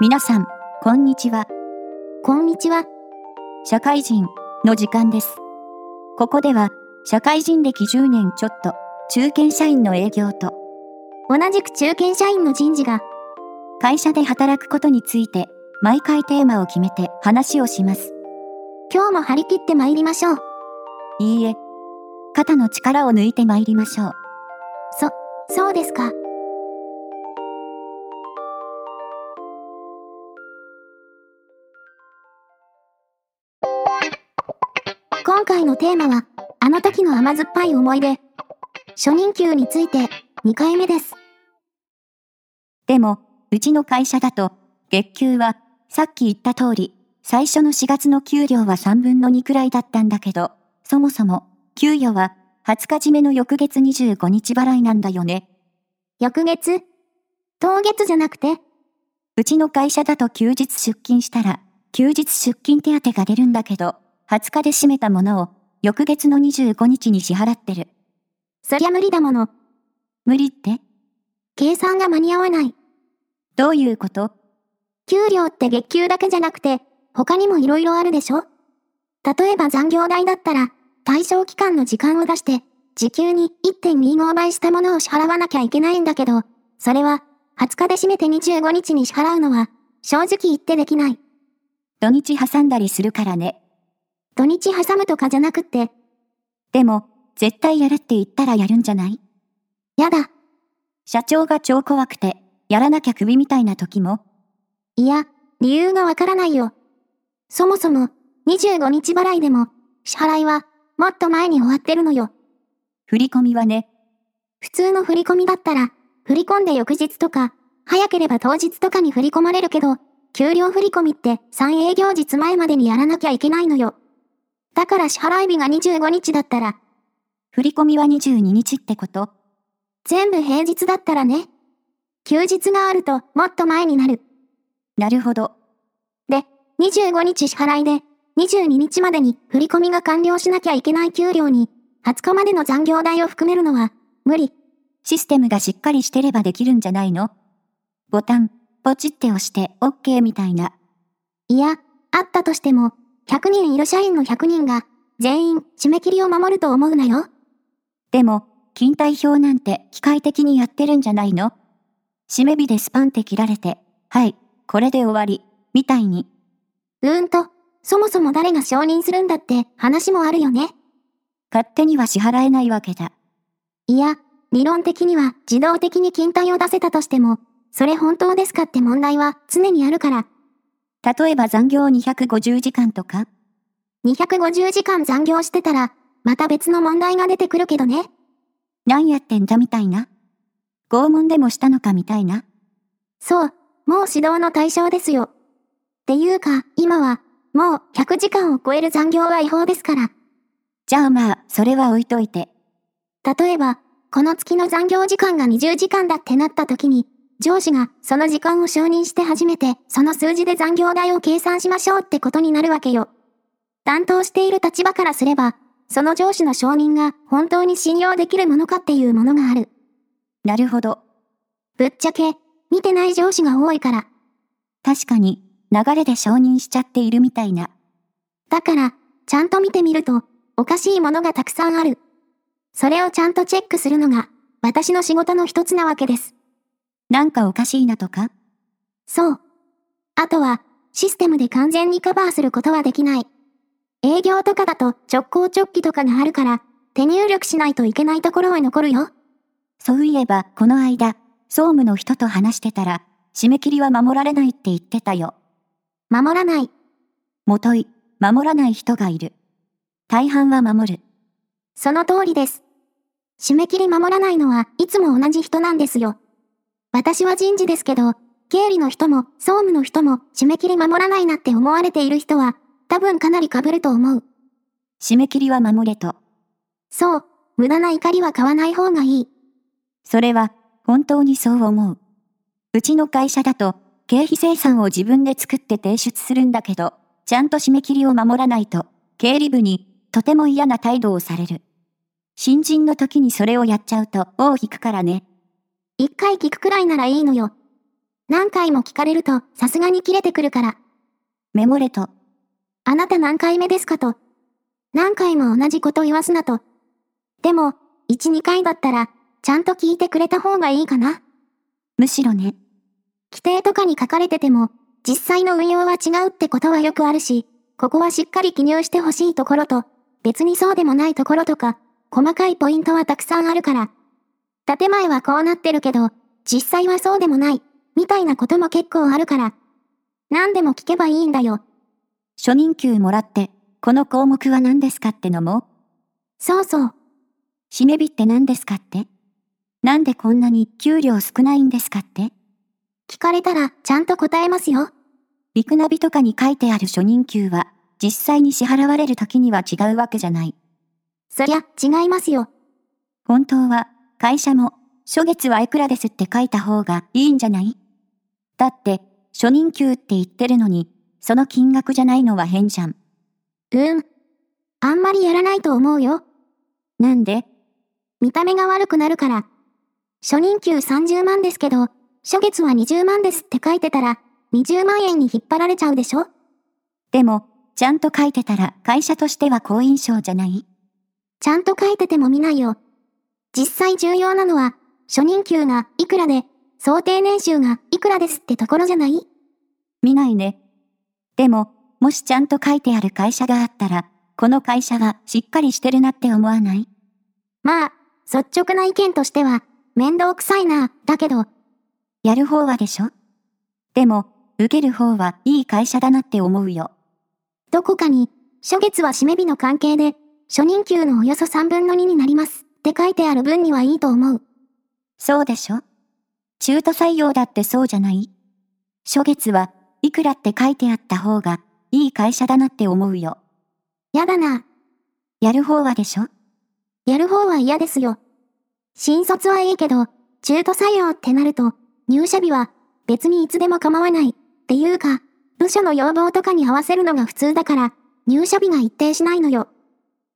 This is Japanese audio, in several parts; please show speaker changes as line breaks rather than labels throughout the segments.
皆さん、こんにちは。
こんにちは。
社会人の時間です。ここでは、社会人歴10年ちょっと、中堅社員の営業と、
同じく中堅社員の人事が、
会社で働くことについて、毎回テーマを決めて話をします。
今日も張り切って参りましょう。
いいえ、肩の力を抜いて参りましょう。
そうですか。今回のテーマは、あの時の甘酸っぱい思い出。初任給について、2回目です。
でも、うちの会社だと、月給は、さっき言った通り、最初の4月の給料は3分の2くらいだったんだけど、そもそも、給与は、20日締めの翌月25日払いなんだよね。
翌月当月じゃなくて、
うちの会社だと休日出勤したら、休日出勤手当が出るんだけど、20日で締めたものを、翌月の25日に支払ってる。
そりゃ無理だもの。
無理って
計算が間に合わない。
どういうこと
給料って月給だけじゃなくて、他にも色々あるでしょ例えば残業代だったら、対象期間の時間を出して、時給に1.25倍したものを支払わなきゃいけないんだけど、それは、20日で締めて25日に支払うのは、正直言ってできない。
土日挟んだりするからね。
土日挟むとかじゃなくって、
でも、絶対やるって言ったらやるんじゃない
やだ、
社長が超怖くて、やらなきゃ首みたいな時も、
いや、理由がわからないよ。そもそも、25日払いでも、支払いは、もっと前に終わってるのよ。
振り込みはね、
普通の振り込みだったら、振り込んで翌日とか、早ければ当日とかに振り込まれるけど、給料振り込みって3営業日前までにやらなきゃいけないのよ。だから支払い日が25日だったら、
振り込みは22日ってこと
全部平日だったらね。休日があるともっと前になる。
なるほど。
で、25日支払いで、22日までに振り込みが完了しなきゃいけない給料に、20日までの残業代を含めるのは、無理。
システムがしっかりしてればできるんじゃないのボタン、ポチって押して OK みたいな。
いや、あったとしても、100人いる社員の100人が、全員、締め切りを守ると思うなよ。
でも、勤怠表なんて機械的にやってるんじゃないの締め日でスパンって切られて、はい、これで終わり、みたいに。
うーんと、そもそも誰が承認するんだって話もあるよね。
勝手には支払えないわけだ。
いや、理論的には自動的に勤怠を出せたとしても、それ本当ですかって問題は常にあるから、
例えば残業250時間とか、
250時間残業してたら、また別の問題が出てくるけどね。
何やってんだみたいな。拷問でもしたのかみたいな。
そう、もう指導の対象ですよ。っていうか、今は、もう100時間を超える残業は違法ですから。
じゃあまあ、それは置いといて。
例えば、この月の残業時間が20時間だってなった時に、上司がその時間を承認して初めて、その数字で残業代を計算しましょうってことになるわけよ。担当している立場からすれば、その上司の承認が本当に信用できるものかっていうものがある。
なるほど。
ぶっちゃけ、見てない上司が多いから。
確かに、流れで承認しちゃっているみたいな。
だから、ちゃんと見てみると、おかしいものがたくさんある。それをちゃんとチェックするのが、私の仕事の一つなわけです。
なんかおかしいなとか
そう。あとは、システムで完全にカバーすることはできない。営業とかだと直行直帰とかがあるから、手入力しないといけないところは残るよ。
そういえば、この間、総務の人と話してたら、締め切りは守られないって言ってたよ。
守らない。
もとい、守らない人がいる。大半は守る。
その通りです。締め切り守らないのはいつも同じ人なんですよ。私は人事ですけど、経理の人も総務の人も締め切り守らないなって思われている人は、多分かなり被ると思う。
締め切りは守れと。
そう、無駄な怒りは買わない方がいい。
それは、本当にそう思う。うちの会社だと、経費生産を自分で作って提出するんだけど、ちゃんと締め切りを守らないと、経理部に、とても嫌な態度をされる。新人の時にそれをやっちゃうと、尾を引くからね。
一回聞くくらいならいいのよ。何回も聞かれると、さすがに切れてくるから。
メモれと、
あなた何回目ですかと。何回も同じこと言わすなと。でも、1、2回だったら、ちゃんと聞いてくれた方がいいかな。
むしろね、
規定とかに書かれてても、実際の運用は違うってことはよくあるし、ここはしっかり記入してほしいところと、別にそうでもないところとか、細かいポイントはたくさんあるから。建前はこうなってるけど、実際はそうでもない、みたいなことも結構あるから。何でも聞けばいいんだよ。
初任給もらって、この項目は何ですかってのも、
そうそう。
締め日って何ですかってなんでこんなに給料少ないんですかって
聞かれたら、ちゃんと答えますよ。
ビクナビとかに書いてある初任給は、実際に支払われる時には違うわけじゃない。
そりゃ、違いますよ。
本当は、会社も、初月はいくらですって書いた方がいいんじゃないだって、初任給って言ってるのに、その金額じゃないのは変じゃん。
うーん。あんまりやらないと思うよ。
なんで
見た目が悪くなるから。初任給30万ですけど、初月は20万ですって書いてたら、20万円に引っ張られちゃうでしょ
でも、ちゃんと書いてたら会社としては好印象じゃない
ちゃんと書いてても見ないよ。実際重要なのは、初任給がいくらで、想定年収がいくらですってところじゃない
見ないね。でも、もしちゃんと書いてある会社があったら、この会社はしっかりしてるなって思わない
まあ、率直な意見としては、面倒くさいな、だけど、
やる方はでしょでも、受ける方はいい会社だなって思うよ。
どこかに、初月は締め日の関係で、初任給のおよそ3分の2になりますって書いてある分にはいいと思う。
そうでしょ中途採用だってそうじゃない初月はいくらって書いてあった方がいい会社だなって思うよ。
やだな、
やる方はでしょ
やる方は嫌ですよ。新卒はいいけど、中途採用ってなると、入社日は別にいつでも構わないっていうか、部署の要望とかに合わせるのが普通だから、入社日が一定しないのよ。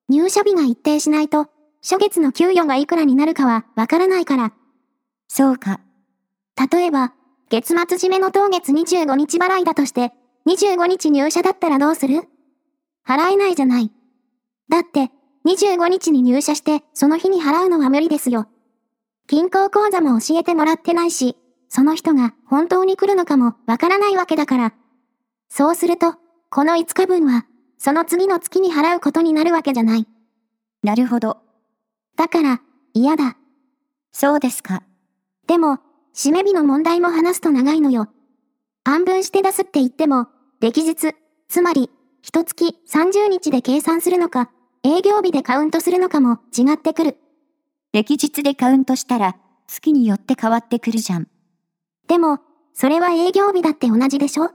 入社日が一定しないと、初月の給与がいくらになるかはわからないから、
そうか。
例えば、月末締めの当月25日払いだとして、25日入社だったらどうする払えないじゃない。だって、25日に入社して、その日に払うのは無理ですよ。銀行口座も教えてもらってないし、その人が本当に来るのかもわからないわけだから。そうすると、この5日分は、その次の月に払うことになるわけじゃない。
なるほど。
だから、嫌だ。
そうですか。
でも、締め日の問題も話すと長いのよ。暗分して出すって言っても、歴日、つまり、一月30日で計算するのか、営業日でカウントするのかも違ってくる。
歴日でカウントしたら、月によって変わってくるじゃん。
でも、それは営業日だって同じでしょ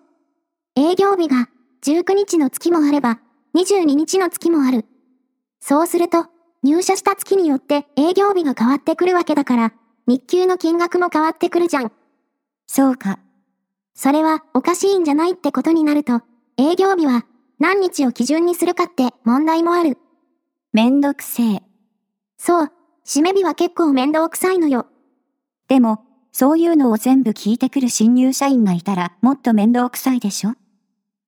営業日が19日の月もあれば、22日の月もある。そうすると、入社した月によって営業日が変わってくるわけだから、日給の金額も変わってくるじゃん。
そうか。
それはおかしいんじゃないってことになると、営業日は何日を基準にするかって問題もある。
めんどくせえ。
そう、締め日は結構面倒くさいのよ。
でも、そういうのを全部聞いてくる新入社員がいたらもっと面倒くさいでしょ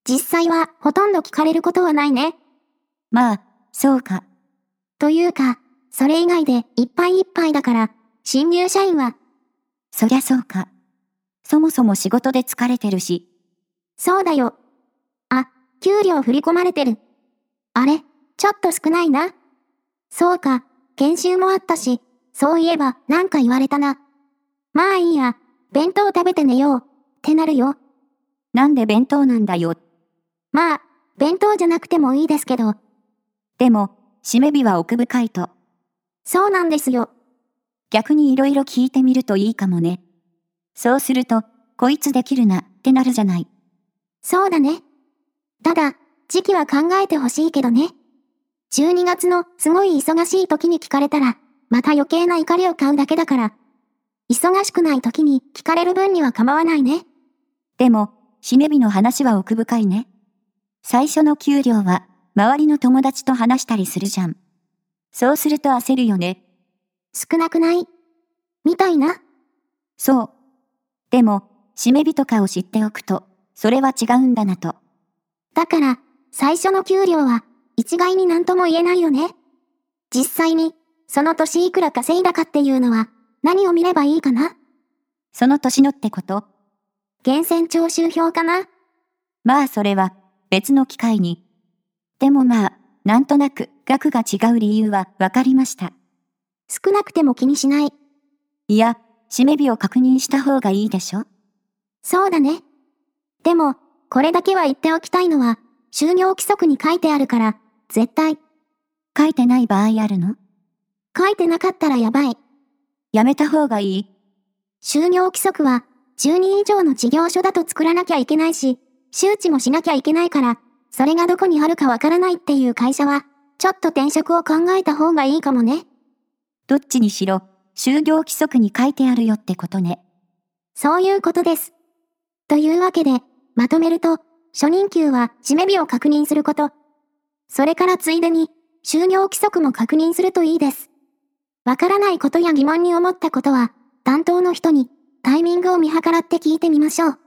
実際はほとんど聞かれることはないね。
まあ、そうか。
というか、それ以外でいっぱいいっぱいだから、新入社員は、
そりゃそうか。そもそも仕事で疲れてるし、
そうだよ。あ、給料振り込まれてる。あれ、ちょっと少ないな。そうか、研修もあったし、そういえばなんか言われたな。まあいいや、弁当食べて寝よう、ってなるよ。
なんで弁当なんだよ。
まあ、弁当じゃなくてもいいですけど、
でも、締め日は奥深いと、
そうなんですよ。
逆に色々聞いてみるといいかもね。そうすると、こいつできるなってなるじゃない。
そうだね。ただ、時期は考えてほしいけどね。12月のすごい忙しい時に聞かれたら、また余計な怒りを買うだけだから。忙しくない時に聞かれる分には構わないね。
でも、締め日の話は奥深いね。最初の給料は、周りの友達と話したりするじゃん。そうすると焦るよね。
少なくないみたいな。
そう。でも、締め日とかを知っておくと、それは違うんだなと。
だから、最初の給料は、一概に何とも言えないよね。実際に、その年いくら稼いだかっていうのは、何を見ればいいかな
その年のってこと
源泉徴収票かな
まあそれは別の機会に。でもまあ、なんとなく額が違う理由はわかりました。
少なくても気にしない。
いや、締め日を確認した方がいいでしょ
そうだね。でも、これだけは言っておきたいのは、就業規則に書いてあるから、絶対、
書いてない場合あるの
書いてなかったらやばい。
やめた方がいい
就業規則は、10人以上の事業所だと作らなきゃいけないし、周知もしなきゃいけないから、それがどこにあるかわからないっていう会社は、ちょっと転職を考えた方がいいかもね。
どっちにしろ、就業規則に書いてあるよってことね。
そういうことです。というわけで、まとめると、初任給は締め日を確認すること。それからついでに、就業規則も確認するといいです。わからないことや疑問に思ったことは、担当の人にタイミングを見計らって聞いてみましょう。